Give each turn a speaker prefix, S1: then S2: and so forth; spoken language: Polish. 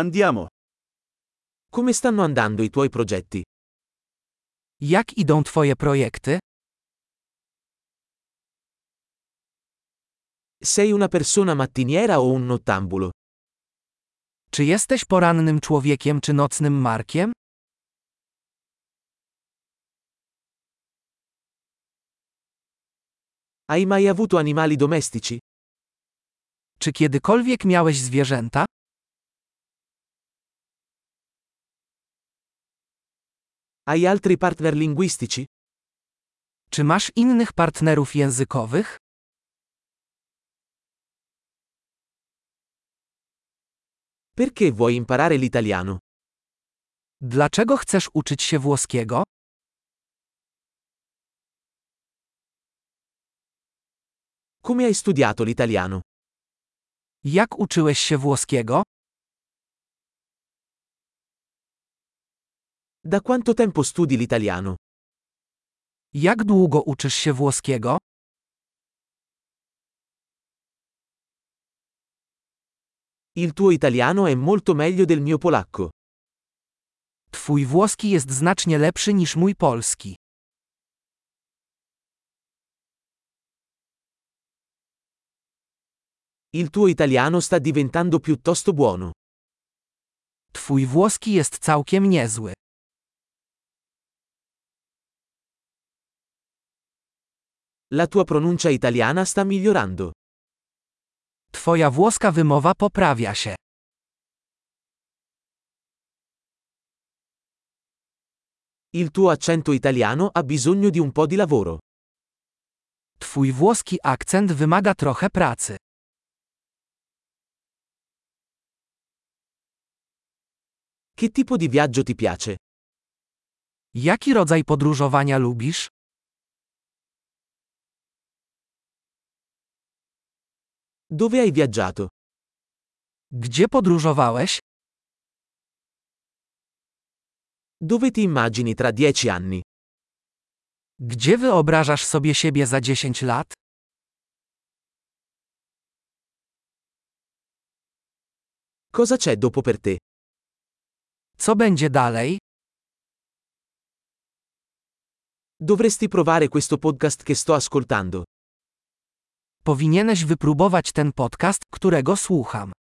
S1: Andiamo.
S2: Come stanno andando i tuoi progetti?
S3: Jak idą Twoje projekty?
S2: Sei una persona mattiniera o un nottambulo?
S3: Czy jesteś porannym człowiekiem czy nocnym markiem?
S2: Hai mai avuto animali domestici?
S3: Czy kiedykolwiek miałeś zwierzęta?
S2: Hai altri partner linguistici?
S3: Czy masz innych partnerów językowych?
S2: Perché vuoi imparare l'italiano?
S3: Dlaczego chcesz uczyć się włoskiego?
S2: Come hai studiato l'italiano?
S3: Jak uczyłeś się włoskiego?
S2: Da quanto tempo studi l'italiano?
S3: Jak długo uczysz się włoskiego?
S2: Il tuo italiano è molto meglio del mio polacco.
S3: Twój włoski jest znacznie lepszy niż mój polski.
S2: Il tuo italiano sta diventando piuttosto buono.
S3: Twój włoski jest całkiem niezły.
S2: La tua pronuncia italiana sta migliorando.
S3: Twoja włoska wymowa poprawia się.
S2: Il tuo accento italiano ha bisogno di un po' di lavoro.
S3: Twój włoski akcent wymaga trochę pracy.
S2: Che tipo di viaggio ti piace?
S3: Jaki rodzaj podróżowania lubisz?
S2: Dove hai viaggiato?
S3: Gdzie podróżowałeś?
S2: Dove ti immagini tra dieci anni?
S3: Gdzie wyobrażasz sobie siebie za 10 lat?
S2: Cosa c'è dopo per te?
S3: Co będzie dalej?
S2: Dovresti provare questo podcast che sto ascoltando.
S3: Powinieneś wypróbować ten podcast, którego słucham.